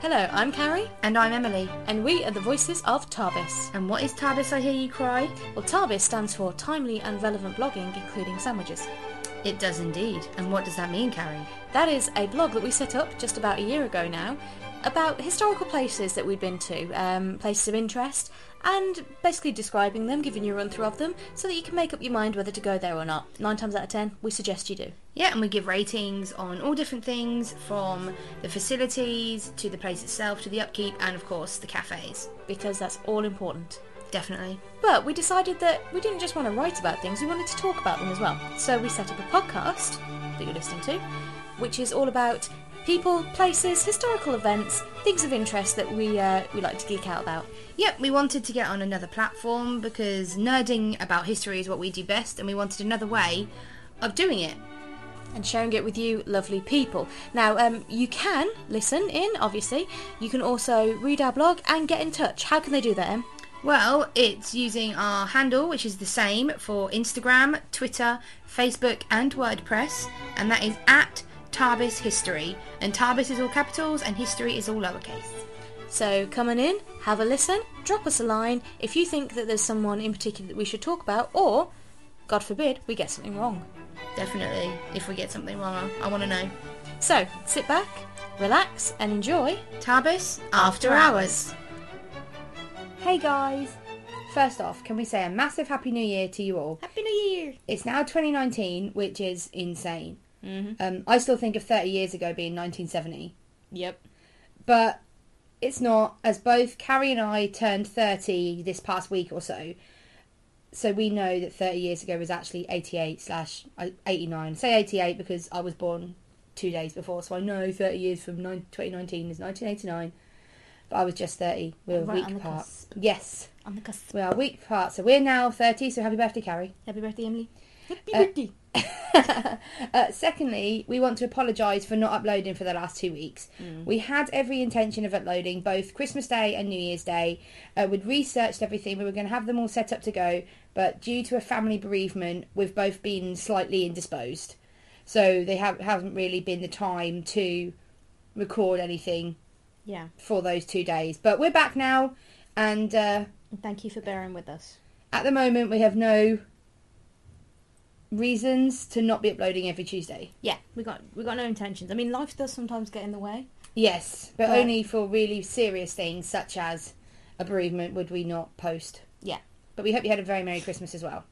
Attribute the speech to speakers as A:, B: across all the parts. A: Hello, I'm Carrie,
B: And I'm Emily.
A: and we are the voices of Tarbis.
B: And what is TARDIS I hear you cry?
A: Well, Tarbis stands for Timely and Relevant Blogging, including sandwiches.
B: It does indeed. And what does that mean, Carrie?
A: That is a blog that we set up just about a year ago now about historical places that we've been to, um, places of interest, and basically describing them, giving you a run through of them, so that you can make up your mind whether to go there or not. Nine times out of ten, we suggest you do.
B: Yeah, and we give ratings on all different things from the facilities to the place itself to the upkeep and, of course, the cafes.
A: because that's all important.
B: Definitely.
A: But we decided that we didn't just want to write about things, we wanted to talk about them as well. So we set up a podcast that you're listening to, which is all about people, places, historical events, things of interest that we, uh, we like to geek out about.
B: Yep, we wanted to get on another platform because nerding about history is what we do best, and we wanted another way of doing it.
A: and sharing it with you lovely people. Now, um, you can listen in, obviously. You can also read our blog and get in touch. How can they do that, Em?
B: Well, it's using our handle, which is the same for Instagram, Twitter, Facebook, and WordPress, and that is at Tarbis History. And Tarbis is all capitals, and history is all lowercase.
A: So come on in, have a listen, drop us a line if you think that there's someone in particular that we should talk about, or, God forbid, we get something wrong.
B: Definitely, if we get something wrong, I want to know.
A: So sit back, relax, and enjoy.
B: Tarbis After Hours. Hey guys! First off, can we say a massive Happy New Year to you all?
A: Happy New Year!
B: It's now 2019, which is insane. Um, I still think of 30 years ago being 1970.
A: Yep.
B: but it's not as both Carrie and I turned 30 this past week or so so we know that 30 years ago was actually 88 slash 89 say 88 because I was born two days before so I know 30 years from nine- 2019 is 1989 but I was just 30 we're
A: Right
B: a week
A: on the
B: apart
A: cusp.
B: yes
A: On the cusp.
B: we are a week apart so we're now 30 so happy birthday Carrie
A: Happy birthday, Emily. Happy
B: Uh,
A: birthday.
B: uh, secondly, we want to apologise for not uploading for the last two weeks. We had every intention of uploading both Christmas Day and New Year's Day. Uh, we'd researched everything. We were going to have them all set up to go, but due to a family bereavement, we've both been slightly indisposed. So they have, haven't really been the time to record anything
A: Yeah,
B: for those two days. But we're back now, and uh,
A: and thank you for bearing with us.
B: at the moment, we have no reasons to not be uploading every Tuesday.
A: Yeah, we got we got no intentions. I mean, life does sometimes get in the way.
B: Yes, but
A: But-
B: only for really serious things such as a bereavement would we not post.
A: Yeah.
B: But we hope you had a very Merry Christmas as well.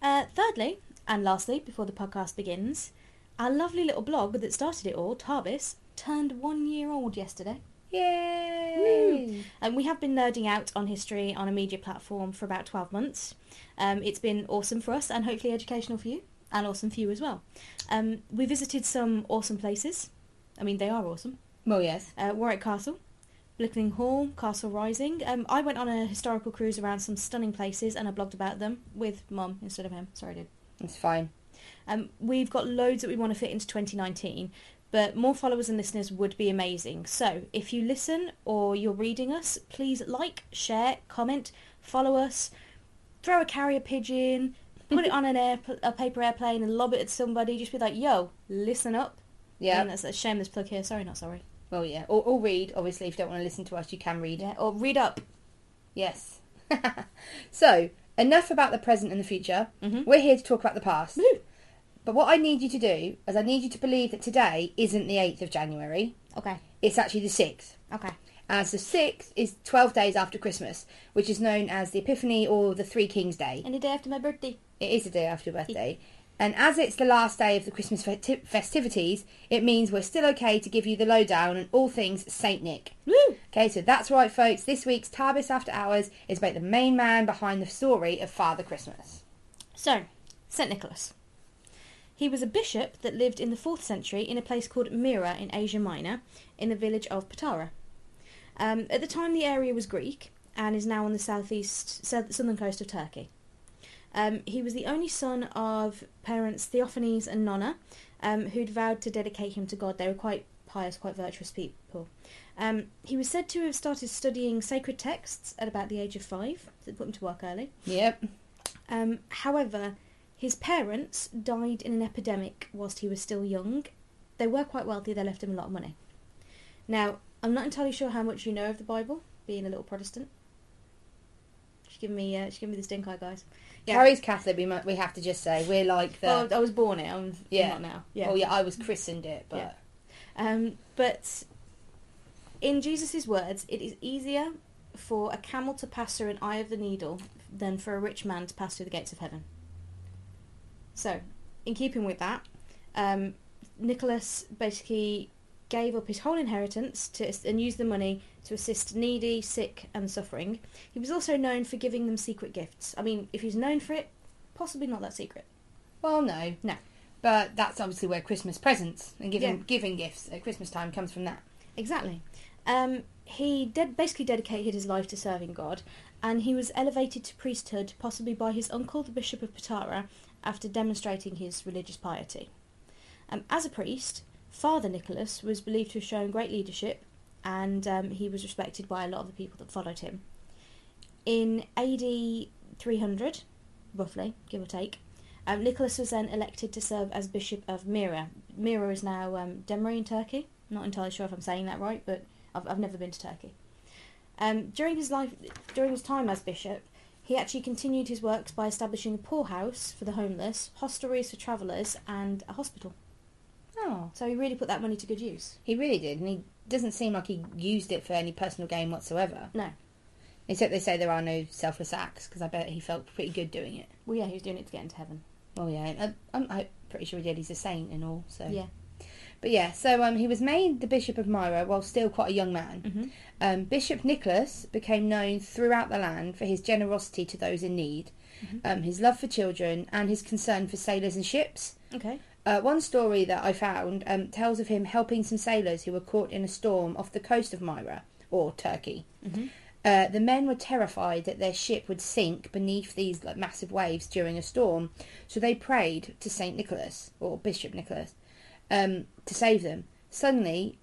A: Uh, thirdly, and lastly, before the podcast begins, our lovely little blog that started it all, Tarbis, turned one year old yesterday.
B: Yay!
A: And we have been nerding out on history on a media platform for about 12 months. Um, it's been awesome for us and hopefully educational for you and awesome for you as well. Um, we visited some awesome places. I mean, they are awesome.
B: Well, yes.
A: Uh, Warwick Castle, Blickling Hall, Castle Rising. Um, I went on a historical cruise around some stunning places and I blogged about them with mum instead of him. Sorry, dude.
B: It's fine.
A: Um, we've got loads that we want to fit into 2019, but more followers and listeners would be amazing. So if you listen or you're reading us, please like, share, comment, follow us, throw a carrier pigeon, put it on an air, a paper airplane and lob it at somebody. Just be like, yo, listen up. I mean,
B: Yeah.
A: that's a shameless plug here. Sorry, not sorry.
B: Well, yeah. Or, or read, obviously, if you don't want to listen to us, you can read.
A: Yeah, or read up.
B: Yes. so, enough about the present and the future.
A: Mhm.
B: We're here to talk about the past.
A: Woo.
B: But what I need you to do is I need you to believe that today isn't the 8th of January.
A: Okay,
B: It's actually the 6th.
A: okay.
B: as the sixth Uh, is 12 days after Christmas, which is known as the Epiphany or the Three Kings Day.
A: Any day after my birthday.
B: It is the day after your birthday. And as it's the last day of the Christmas festi- festivities, it means we're still okay to give you the lowdown on all things Saint Nick.
A: Woo!
B: Okay, so that's right, folks. This week's Tarbis After Hours is about the main man behind the story of Father Christmas.
A: So, St. Nicholas. He was a bishop that lived in the 4th century in a place called Myra in Asia Minor, in the village of Patara. Um, at the time, the area was Greek and is now on the southeast south, southern coast of Turkey. Um, he was the only son of parents Theophanes and Nonna, um, who'd vowed to dedicate him to God. They were quite pious, quite virtuous people. Um, he was said to have started studying sacred texts at about the age of five, so it put him to work early.
B: Yep.
A: Um, however, his parents died in an epidemic whilst he was still young. They were quite wealthy, they left him a lot of money. Now, I'm not entirely sure how much you know of the Bible, being a little Protestant. She's giving me, uh, she's giving me the stink eye, guys. Yeah.
B: Carrie's Catholic. We mu we have to just say we're like the.
A: Well, I was born it. I'm,
B: Yeah.
A: I'm not now.
B: yeah.
A: Yeah.
B: Well, yeah, I was christened it, but
A: Yeah. Um, but in Jesus' words, it is easier for a camel to pass through an eye of the needle than for a rich man to pass through the gates of heaven. So, in keeping with that, um, Nicholas basically gave up his whole inheritance to, and used the money to assist needy, sick, and suffering. He was also known for giving them secret gifts. I mean, if he's known for it, possibly not that secret.
B: well, no,
A: No.
B: But that's obviously where Christmas presents and giving
A: Yeah.
B: giving gifts at Christmas time comes from that.
A: Exactly. Um, he ded- basically dedicated his life to serving God, and he was elevated to priesthood possibly by his uncle, the Bishop of Patara, after demonstrating his religious piety. Um, as a priest, Father Nicholas was believed to have shown great leadership, and um, he was respected by a lot of the people that followed him. In AD 300, roughly, give or take, um, Nicholas was then elected to serve as Bishop of Myra. Myra is now um, Demerara in Turkey. I'm not entirely sure if I'm saying that right, but I've, I've never been to Turkey. Um, during his life, during his time as bishop, he actually continued his works by establishing a poorhouse for the homeless, hostelries for travellers, and a hospital.
B: Oh,
A: So he really put that money to good use.
B: he really did, and he doesn't seem like he used it for any personal gain whatsoever.
A: No.
B: Except they say there are no selfless acts because I bet he felt pretty good doing it.
A: Well, yeah, he was doing it to get into heaven.
B: Well, yeah, I, I'm I'm pretty sure he did. He's a saint and all. So
A: Yeah.
B: But yeah, so um, he was made the Bishop of Myra while still quite a young man.
A: Mhm.
B: Um, Bishop Nicholas became known throughout the land for his generosity to those in need, um, his love for children, and his concern for sailors and ships.
A: Okay.
B: Uh, one story that I found um, tells of him helping some sailors who were caught in a storm off the coast of Myra, or Turkey.
A: Mhm.
B: Uh, the men were terrified that their ship would sink beneath these like, massive waves during a storm, so they prayed to Saint Nicholas, or Bishop Nicholas, um, to save them. Suddenly,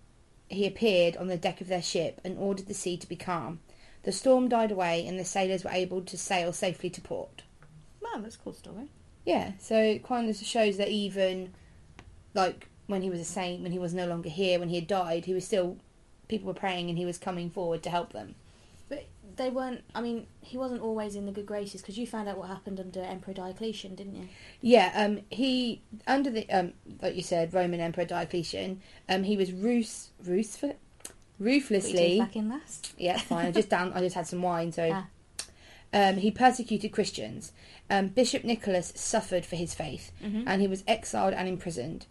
B: he appeared on the deck of their ship and ordered the sea to be calm. The storm died away, and the sailors were able to sail safely to port.
A: Wow, that's a cool story.
B: Yeah, so it kind of shows that even like when he was a saint, when he was no longer here, when he had died, he was still people were praying and he was coming forward to help them.
A: But they weren't. I mean, he wasn't always in the good graces because you found out what happened under Emperor Diocletian, didn't you?
B: Yeah, um, he under the um, like you said, Roman Emperor Diocletian, um, he was ruse, ruse,
A: Put your teeth
B: ruthlessly.
A: back in last.
B: Yeah, fine. I just down. I just had some wine, so.
A: Ah.
B: Um, he persecuted Christians. Um, Bishop Nicholas suffered for his faith,
A: Mhm.
B: and he was exiled and imprisoned.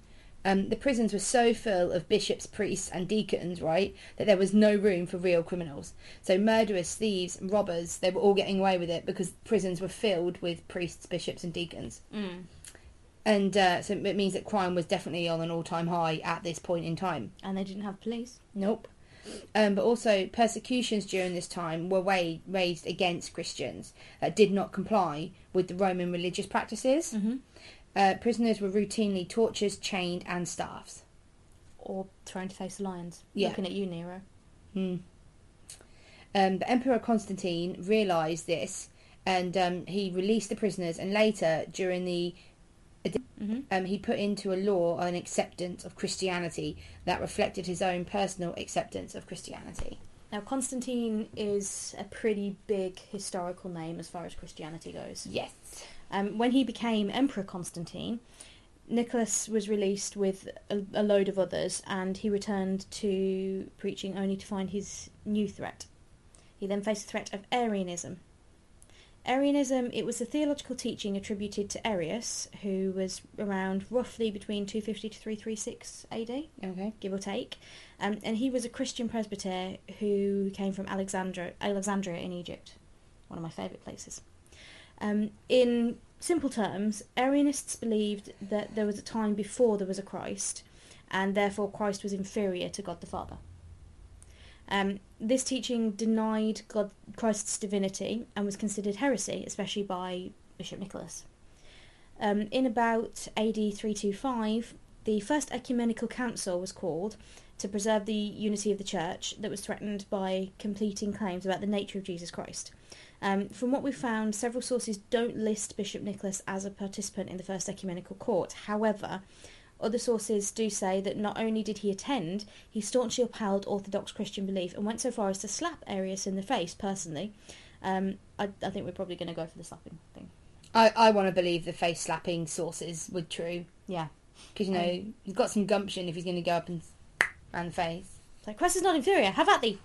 B: Um, the prisons were so full of bishops, priests, and deacons, right, that there was no room for real criminals. So murderers, thieves, and robbers, they were all getting away with it because prisons were filled with priests, bishops, and deacons.
A: Mm.
B: And uh, so it means that crime was definitely on an all-time high at this point in time.
A: And they didn't have police.
B: Nope. Um, but also, persecutions during this time were wa- raised against Christians that did not comply with the Roman religious practices.
A: Mm-hmm.
B: Uh, prisoners were routinely tortured, chained, and starved.
A: Or trying to face the lions.
B: Yeah.
A: Looking at you, Nero.
B: Hmm. Um, but Emperor Constantine realised this and um, he released the prisoners, and later, during the
A: Mm-hmm.
B: um, he put into a law an acceptance of Christianity that reflected his own personal acceptance of Christianity.
A: Now, Constantine is a pretty big historical name as far as Christianity goes.
B: Yes.
A: Um, when he became Emperor Constantine, Nicholas was released with a, a load of others and he returned to preaching only to find his new threat. He then faced the threat of Arianism. Arianism, it was the theological teaching attributed to Arius, who was around roughly between 250 to 336 AD
B: Okay.
A: give or take. Um, and he was a Christian presbyter who came from Alexandria, Alexandria in Egypt, one of my favourite places. Um, in simple terms, Arianists believed that there was a time before there was a Christ, and therefore Christ was inferior to God the Father. Um, this teaching denied God, Christ's divinity and was considered heresy, especially by Bishop Nicholas. Um, in about AD 325, the first ecumenical council was called to preserve the unity of the church that was threatened by completing claims about the nature of Jesus Christ. Um, from what we found, several sources don't list Bishop Nicholas as a participant in the first ecumenical court. However, Other sources do say that not only did he attend, he staunchly upheld Orthodox Christian belief and went so far as to slap Arius in the face personally. Um, I, I think we're probably going to go for the slapping thing.
B: I, I want to believe the face slapping sources were true
A: Yeah.
B: because you know he's got some gumption if he's going to go up and around the face.
A: It's like, Christ is not inferior. Have at thee.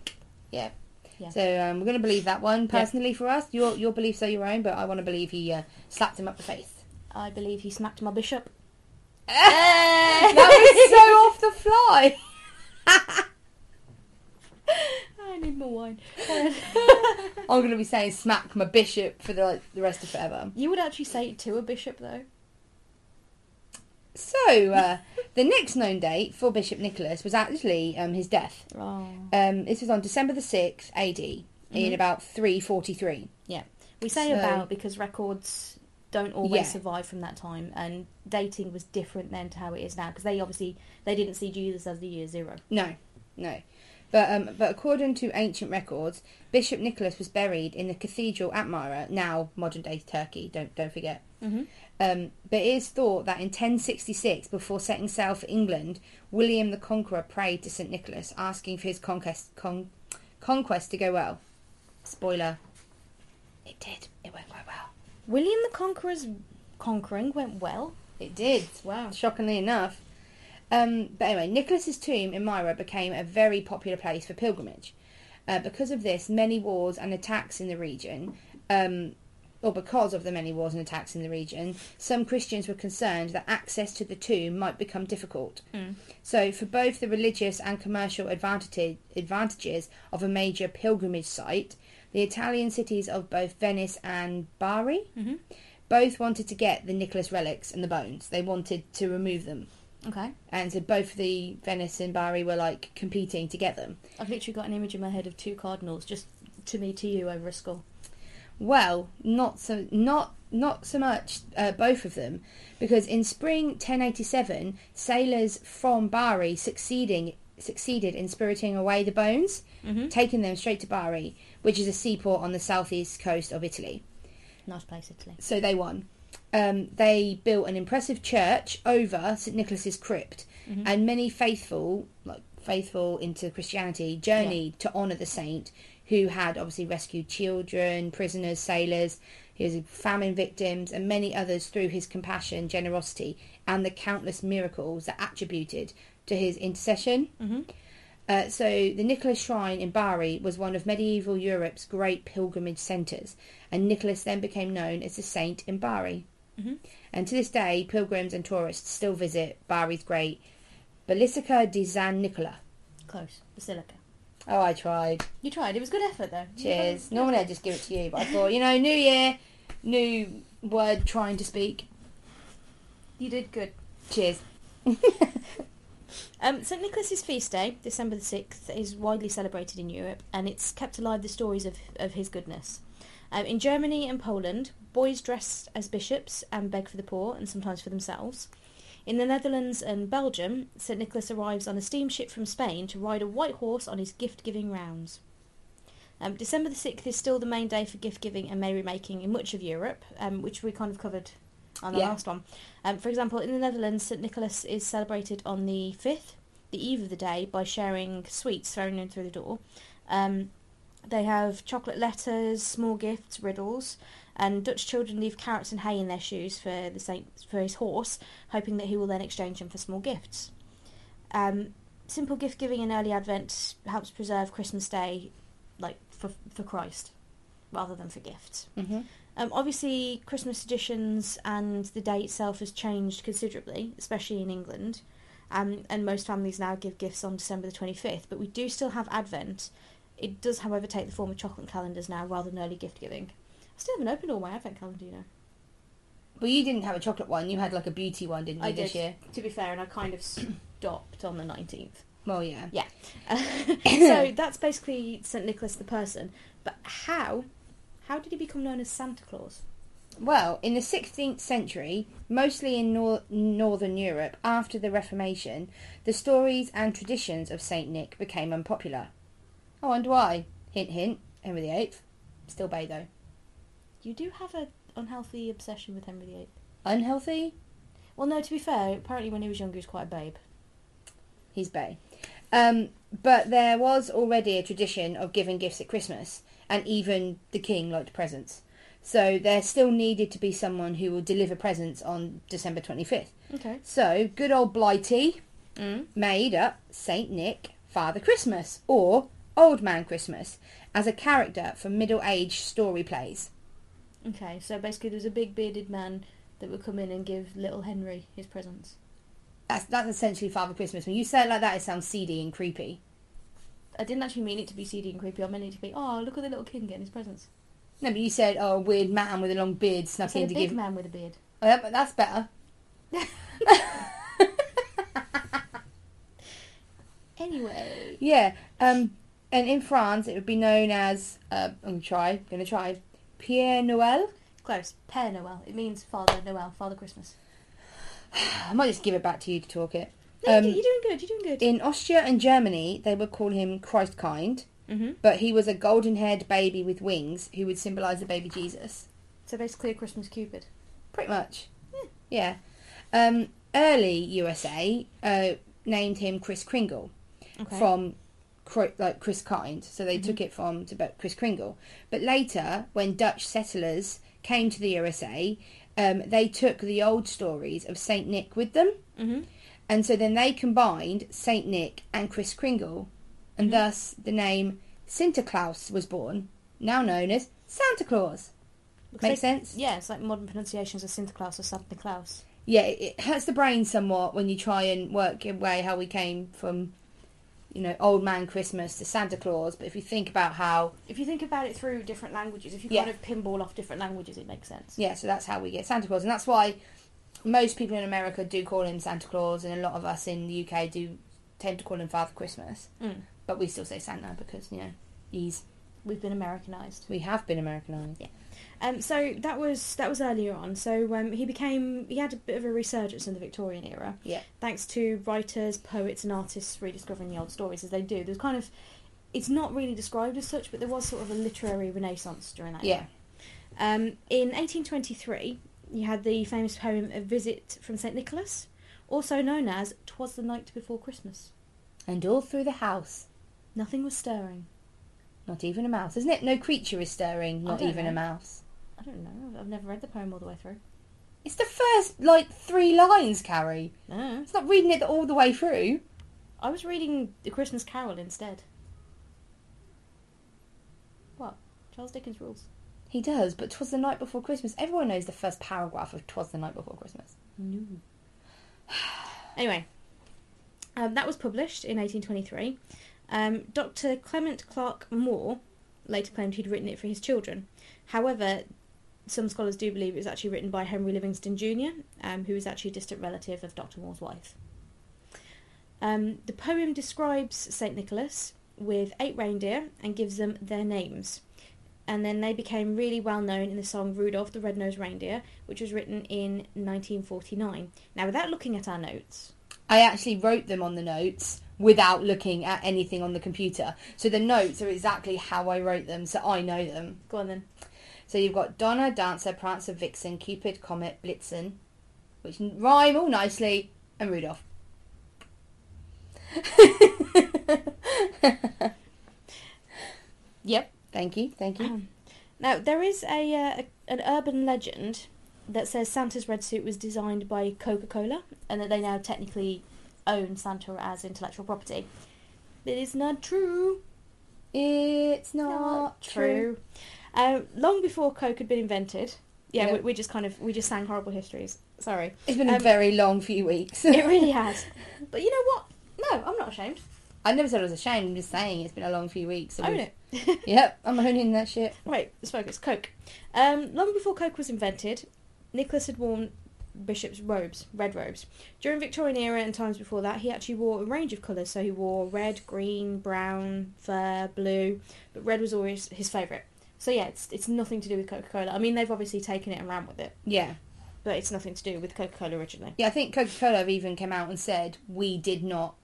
B: Yeah.
A: Yeah.
B: So um, we're going to believe that one personally for us. Your your beliefs are your own, but I want to believe he uh, slapped him up the face.
A: I believe he smacked my bishop.
B: that was so off the fly.
A: I need more wine. Um,
B: I'm going to be saying smack my bishop for the like, the rest of forever.
A: you would actually say it to a bishop, though.
B: So uh, the next known date for Bishop Nicholas was actually um, his death.
A: Oh.
B: Um, this was on December the sixth A.D. in about three forty three.
A: We say
B: So-
A: about because records don't always
B: Yeah.
A: survive from that time, and dating was different then to how it is now because they obviously they didn't see Jesus as the year zero.
B: No, no. But um, but according to ancient records, Bishop Nicholas was buried in the cathedral at Myra, now modern day Turkey. Don't don't forget.
A: Mm-hmm.
B: Um, but it is thought that in 1066, before setting sail for England, William the Conqueror prayed to St Nicholas, asking for his conquest con- conquest to go well. Spoiler: It did. It went quite well.
A: William the Conqueror's conquering went well.
B: It did.
A: Wow.
B: Shockingly enough. Um, but anyway, Nicholas's tomb in Myra became a very popular place for pilgrimage. Uh, because of this, many wars and attacks in the region, um, or because of the many wars and attacks in the region, some Christians were concerned that access to the tomb might become difficult.
A: Mm.
B: So, for both the religious and commercial advantage, advantages of a major pilgrimage site, the Italian cities of both Venice and Bari
A: Mhm.
B: both wanted to get the Nicholas relics and the bones. They wanted to remove them.
A: Okay.
B: And so both the Venice and Bari were like competing to get them.
A: I've literally got an image in my head of two cardinals, just to me, to you, over a skull.
B: Well, not so not not so much uh, both of them, because in spring 1087, sailors from Bari succeeding succeeded in spiriting away the bones,
A: Mhm.
B: taking them straight to Bari, which is a seaport on the southeast coast of Italy.
A: Nice place, Italy.
B: So they won. Um, they built an impressive church over St Nicholas's crypt, and many faithful, like faithful into Christianity, journeyed to honour the saint, who had obviously rescued children, prisoners, sailors, his famine victims, and many others through his compassion, generosity, and the countless miracles that attributed to his intercession.
A: Mhm.
B: Uh, so the Nicholas Shrine in Bari was one of medieval Europe's great pilgrimage centres, and Nicholas then became known as the Saint in Bari.
A: Mhm.
B: And to this day, pilgrims and tourists still visit Bari's great Basilica di San Nicola.
A: Close. Basilica.
B: Oh, I tried.
A: You tried. It was good effort, though. You
B: Cheers.
A: tried.
B: Normally I just give it to you, but I thought, you know, new year, new word trying to speak.
A: You did good.
B: Cheers.
A: Um, St Nicholas's feast day, December the sixth, is widely celebrated in Europe, and it's kept alive the stories of, of his goodness. Um, in Germany and Poland, boys dress as bishops and beg for the poor, and sometimes for themselves. In the Netherlands and Belgium, St Nicholas arrives on a steamship from Spain to ride a white horse on his gift-giving rounds. Um, December the sixth is still the main day for gift-giving and merrymaking in much of Europe, um, which we kind of covered on the
B: Yeah.
A: last one. Um, for example, in the Netherlands, St Nicholas is celebrated on the fifth, the eve of the day by sharing sweets thrown in through the door. Um, they have chocolate letters, small gifts, riddles, and Dutch children leave carrots and hay in their shoes for the saint for his horse, hoping that he will then exchange them for small gifts. Um, simple gift giving in early Advent helps preserve Christmas Day, like for for Christ, rather than for gifts.
B: Mm-hmm.
A: Um, obviously, Christmas traditions and the day itself has changed considerably, especially in England. Um, and most families now give gifts on December the 25th, but we do still have Advent. It does, however, take the form of chocolate calendars now rather than early gift giving. I still haven't opened all my Advent calendar, you know.
B: Well, you didn't have a chocolate one. You had like a beauty one, didn't you, this year?
A: To be fair, and I kind of stopped on the 19th.
B: Well, yeah.
A: so that's basically St. Nicholas the person. But how? How did he become known as Santa Claus?
B: Well, in the 16th century, mostly in nor- northern Europe after the Reformation, the stories and traditions of Saint Nick became unpopular. I wonder why. Hint, hint. Henry VIII. Still bay though.
A: You do have a unhealthy obsession with Henry VIII.
B: Unhealthy?
A: Well, no, to be fair, apparently when he was younger, he was quite a babe.
B: He's Bay. Um, but there was already a tradition of giving gifts at Christmas, and even the king liked presents. So there still needed to be someone who will deliver presents on December 25th.
A: Okay.
B: So good old Blighty
A: Mm.
B: made up Saint Nick, Father Christmas, or Old Man Christmas as a character for middle-aged story plays.
A: Okay, so basically there was a big bearded man that would come in and give little Henry his presents.
B: That's, that's essentially Father Christmas. When you say it like that, it sounds seedy and creepy.
A: I didn't actually mean it to be seedy and creepy. I meant it to be, oh, look at the little kid getting his presents.
B: No, but you said, oh, a weird man with a long beard
A: I
B: snuck
A: said
B: in
A: a
B: to
A: big
B: give...
A: man with a beard.
B: Oh, that, that's better.
A: Anyway.
B: Yeah, um, and in France it would be known as uh, I'm gonna try, gonna try Pierre Noël.
A: Close. Père Noel. It means Father Noel, Father Christmas.
B: I might just give it back to you to talk it.
A: No,
B: Um,
A: you're doing good, you're doing good.
B: In Austria and Germany, they would call him Christkind,
A: Mm-hmm.
B: but he was a golden-haired baby with wings who would symbolise the baby Jesus,
A: So basically a Christmas Cupid.
B: pretty much. Yeah. Um, early USA uh, named him Chris Kringle.
A: Okay.
B: from Cro- like Chris Kind, so they took it from to about Chris Kringle. But later, when Dutch settlers came to the USA, um, they took the old stories of Saint Nick with them,
A: mm-hmm.
B: and so then they combined Saint Nick and Chris Kringle, and
A: Mm-hmm.
B: thus the name Sinterklaas was born, now known as Santa Claus. Makes sense?
A: Yeah, it's like modern pronunciations of Sinterklaas or Santa Claus.
B: Yeah, it, it hurts the brain somewhat when you try and work your way how we came from, you know, old man Christmas to Santa Claus. But if you think about how
A: If you think about it through different languages, if you
B: Yeah.
A: kind of pinball off different languages, it makes sense.
B: Yeah, so that's how we get Santa Claus, and that's why most people in America do call him Santa Claus, and a lot of us in the UK do tend to call him Father Christmas,
A: Mm.
B: but we still say Santa because you know he's
A: We've been Americanized.
B: we have been Americanized.
A: Um, so that was that was earlier on. So um, he became he had a bit of a resurgence in the Victorian era.
B: Yeah.
A: Thanks to writers, poets, and artists rediscovering the old stories as they do. There's kind of it's not really described as such, but there was sort of a literary renaissance during that.
B: Yeah.
A: Era. Um, in 1823, you had the famous poem "A Visit from Saint Nicholas," also known as "Twas the Night Before Christmas."
B: And all through the house,
A: Nothing was stirring.
B: not even a mouse, isn't it? No creature is stirring,
A: I
B: not
A: don't
B: even a
A: know.
B: mouse.
A: I don't know. I've never read the poem all the way through.
B: It's the first like three lines, Carrie.
A: No,
B: It's not reading it all the way through.
A: I was reading *The Christmas Carol* instead. What? Charles Dickens rules.
B: He does, but 'twas the night before Christmas. Everyone knows the first paragraph of 'twas the night before Christmas.
A: No. Anyway, um, that was published in 1823. Um, Dr. Clement Clark Moore later claimed he'd written it for his children. However, some scholars do believe it was actually written by Henry Livingston Jr., um, who was actually a distant relative of Dr. Moore's wife. Um, the poem describes St. Nicholas with eight reindeer and gives them their names. And then they became really well known in the song Rudolph the Red-Nosed Reindeer, which was written in 1949. Now, without looking at our notes,
B: I actually wrote them on the notes without looking at anything on the computer. So the notes are exactly how I wrote them, so I know them.
A: go on then.
B: So you've got Donna, Dancer, Prancer, Vixen, Cupid, Comet, Blitzen, which rhyme all nicely, and Rudolph. yep, thank you, thank you.
A: Now, there is a, uh, a an urban legend that says Santa's red suit was designed by Coca-Cola and that they now technically own Santa as intellectual property. It is not true.
B: It's not, true.
A: Um, long before Coke had been invented, yeah,
B: Yeah.
A: We, we just kind of we just sang horrible histories. Sorry,
B: It's been a
A: Um,
B: very long few weeks.
A: it really has. But you know what? No, I'm not ashamed.
B: I never said I was ashamed. I'm just saying it's been a long few weeks. so
A: Own
B: we've-
A: it.
B: Yep, I'm owning that shit.
A: Right, let's focus. Coke. Um, long before Coke was invented, Nicholas had worn bishop's robes, red robes. During Victorian era and times before that, he actually wore a range of colours. So he wore red, green, brown, fur, blue, but red was always his favourite. So yeah, it's it's nothing to do with Coca Cola. I mean, they've obviously taken it and ran with it,
B: Yeah.
A: but it's nothing to do with Coca Cola originally.
B: Yeah, I think Coca Cola have even came out and said, we did not.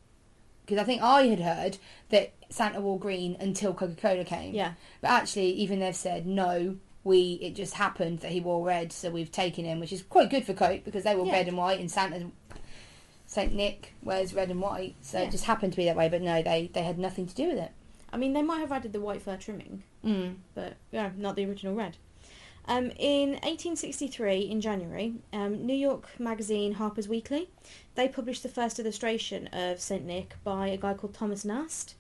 B: Because I think I had heard that Santa wore green until Coca Cola came.
A: Yeah,
B: But actually, even they've said, no, we it just happened that he wore red, so we've taken him, which is quite good for Cope because they were
A: Yeah.
B: red and white, and Santa Saint Nick wears red and white, so
A: Yeah.
B: it just happened to be that way. But no, they they had nothing to do with it.
A: I mean, they might have added the white fur trimming,
B: Mm.
A: but yeah, not the original red. Um, in 1863, in January, um, New York magazine Harper's Weekly, they published the first illustration of Saint Nick by a guy called Thomas Nast,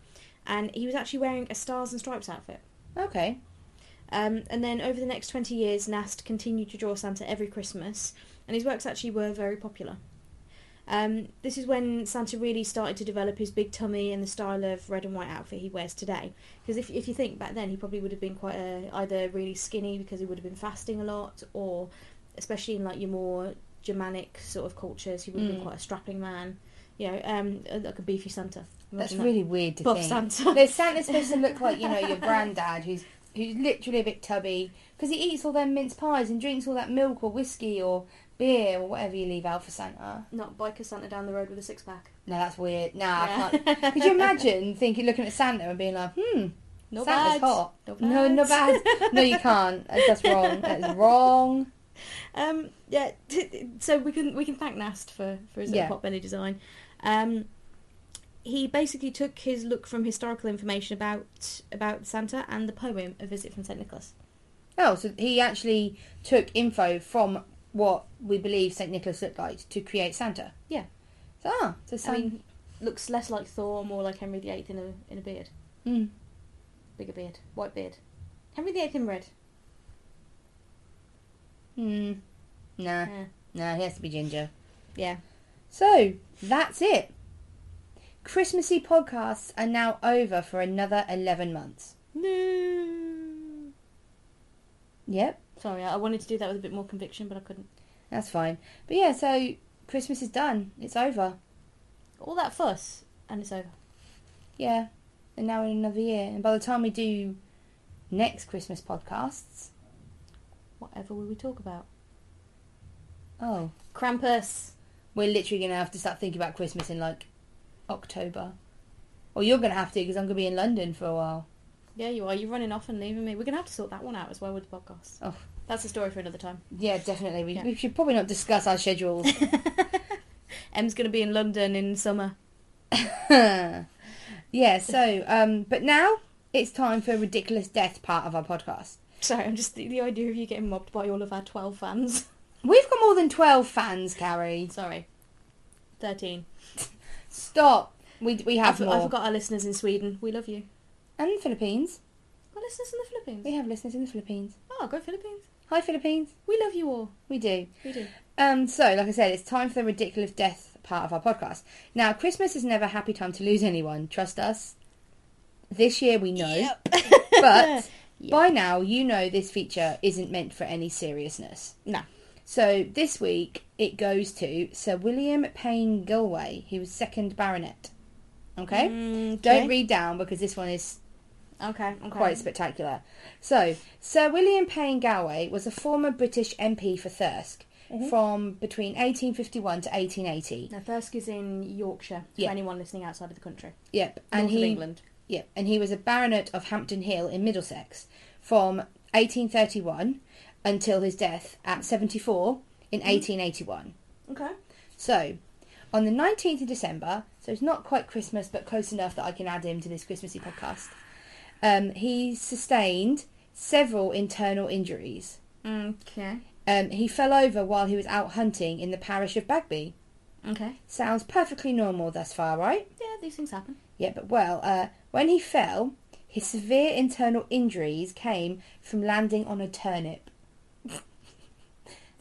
A: and he was actually wearing a Stars and Stripes outfit.
B: Okay.
A: Um, and then over the next 20 years, Nast continued to draw Santa every Christmas, and his works actually were very popular. Um, this is when Santa really started to develop his big tummy and the style of red and white outfit he wears today. Because if, if you think back then, he probably would have been quite uh either really skinny because he would have been fasting a lot, or especially in like your more Germanic sort of cultures, he would have been
B: Mm.
A: quite a strapping man. You know, um, like a beefy Santa.
B: That's
A: Imagine that.
B: really weird to
A: buff
B: think.
A: Santa.
B: There's Santa's supposed to look like you know your granddad, who's who's literally a bit tubby because he eats all them mince pies and drinks all that milk or whiskey or beer or whatever you leave out for Santa.
A: Not biker Santa down the road with a six pack.
B: No, that's weird. Nah, Ah, I can't. Could you imagine thinking, looking at Santa and being like, hmm,
A: No
B: Santa's
A: bad.
B: hot?
A: Not
B: No,
A: bad.
B: no bad. No, you can't. That's that's wrong. That is wrong.
A: Um, yeah, so we can we can thank Nast for for his
B: Yeah.
A: little potbelly design. Um, he basically took his look from historical information about about Santa and the poem "A Visit from Saint Nicholas."
B: Oh, so he actually took info from what we believe St. Nicholas looked like to create Santa.
A: Yeah.
B: So, ah, so
A: I
B: Santa.
A: mean, looks less like Thor, more like Henry VIII in a in a beard,
B: Mm.
A: bigger beard, white beard. Henry VIII in red.
B: Mm. Nah,
A: Yeah.
B: nah, he has to be ginger.
A: yeah.
B: So, that's it. Christmassy podcasts are now over for another 11 months.
A: No.
B: Yep,
A: Sorry, I I wanted to do that with a bit more conviction, but I couldn't.
B: that's fine. But yeah, so Christmas is done. It's over.
A: All that fuss, and it's over.
B: Yeah, and now in another year. And by the time we do next Christmas podcasts,
A: Whatever will we talk about?
B: oh,
A: Krampus.
B: we're literally going to have to start thinking about Christmas in like October. Or you're going to have to because I'm going to be in London for a while.
A: Yeah, you are. You're running off and leaving me. We're going to have to sort that one out as well with the podcast.
B: Oh.
A: That's a story for another time.
B: Yeah, definitely. We,
A: Yeah.
B: we should probably not discuss our schedules.
A: Em's going to be in London in summer.
B: yeah, so, um, but now it's time for a ridiculous death part of our podcast.
A: Sorry, I'm just the, the idea of you getting mobbed by all of our 12 fans.
B: We've got more than 12 fans, Carrie.
A: Sorry. 13.
B: Stop. We, we
A: I,
B: have
A: for-
B: more.
A: I forgot our listeners in Sweden. We love you.
B: And the Philippines.
A: Our listeners in the Philippines.
B: We have listeners in the Philippines.
A: Oh, go Philippines.
B: Hi, Philippines.
A: We love you all.
B: We do.
A: We do.
B: Um, so, like I said, it's time for the ridiculous death part of our podcast. Now, Christmas is never a happy time to lose anyone. Trust us. This year we know. But
A: Yep.
B: by now, you know this feature isn't meant for any seriousness.
A: No.
B: So this week it goes to Sir William Payne Gilway, who was second baronet. Okay?
A: Mm-hmm.
B: Don't read down because this one is
A: Mm, Okay, okay.
B: quite spectacular. So, Sir William Payne Galway was a former British MP for Thirsk
A: Mm-hmm.
B: from between 1851 to 1880.
A: Now, Thirsk is in Yorkshire for
B: Yeah.
A: anyone listening outside of the country.
B: Yep, and
A: North of
B: he
A: England.
B: yep, and he was a baronet of Hampton Hill in Middlesex from 1831 until his death at 74 in 1881.
A: Okay.
B: So, on the 19th of December, so it's not quite Christmas, but close enough that I can add him to this Christmassy podcast, um, he sustained several internal injuries.
A: Okay.
B: Um, he fell over while he was out hunting in the parish of Bagby.
A: Okay.
B: Sounds perfectly normal thus far, right?
A: Yeah, these things happen.
B: Yeah, but well, uh, when he fell, his severe internal injuries came from landing on a turnip.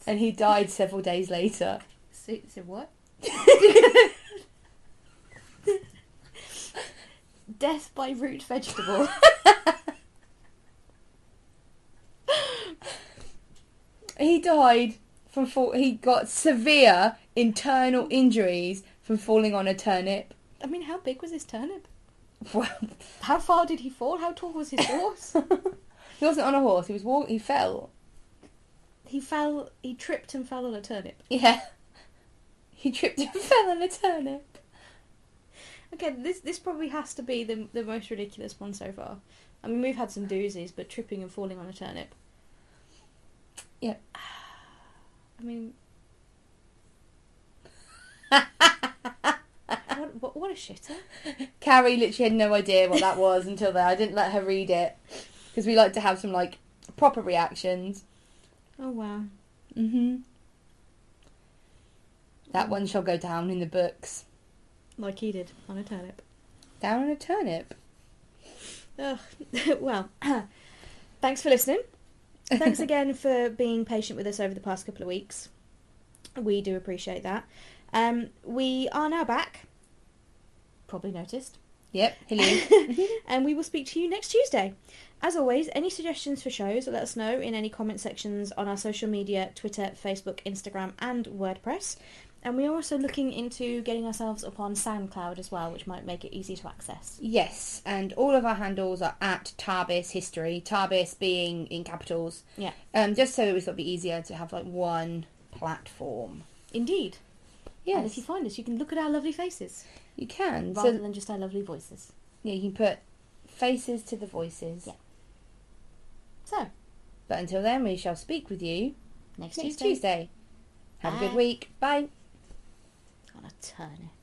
B: and he died several days later.
A: So, so what? Death by root vegetable.
B: He died from fall- he got severe internal injuries from falling on a turnip.
A: I mean, how big was his turnip?
B: Well,
A: How far did he fall? How tall was his horse?
B: he wasn't on a horse. He was walk- he fell.
A: he fell. He tripped and fell on a turnip.
B: Yeah. He tripped and fell on a turnip.
A: Okay, this this probably has to be the the most ridiculous one so far. I mean, we've had some doozies, but tripping and falling on a turnip.
B: Yeah.
A: I mean, what, what, what a shitter.
B: Carrie literally had no idea what that was until then. I didn't let her read it because we like to have some like proper reactions.
A: Oh, wow.
B: hmm That one shall go down in the books.
A: Like he did on a turnip.
B: Down on a turnip.
A: Ugh. well, thanks for listening. Thanks again for being patient with us over the past couple of weeks. We do appreciate that. Um, we are now back. Probably noticed.
B: Yep. Hello.
A: and we will speak to you next Tuesday. As always, any suggestions for shows, let us know in any comment sections on our social media Twitter, Facebook, Instagram, and WordPress. And we are also looking into getting ourselves up on SoundCloud as well, which might make it easy to access.
B: yes, and all of our handles are at Tarbis History. Tarbis being in capitals.
A: Yeah.
B: Um, just so it would sort of be easier to have like one platform.
A: Indeed. And if
B: Yes,
A: you find us, you can look at our lovely faces
B: you can.
A: rather
B: So
A: than just our lovely voices.
B: yeah, you can put faces to the voices.
A: Yeah. So,
B: But until then, we shall speak with you
A: next,
B: next
A: Tuesday,
B: Tuesday. Have a
A: Bye.
B: good week. Bye.
A: on a turnip.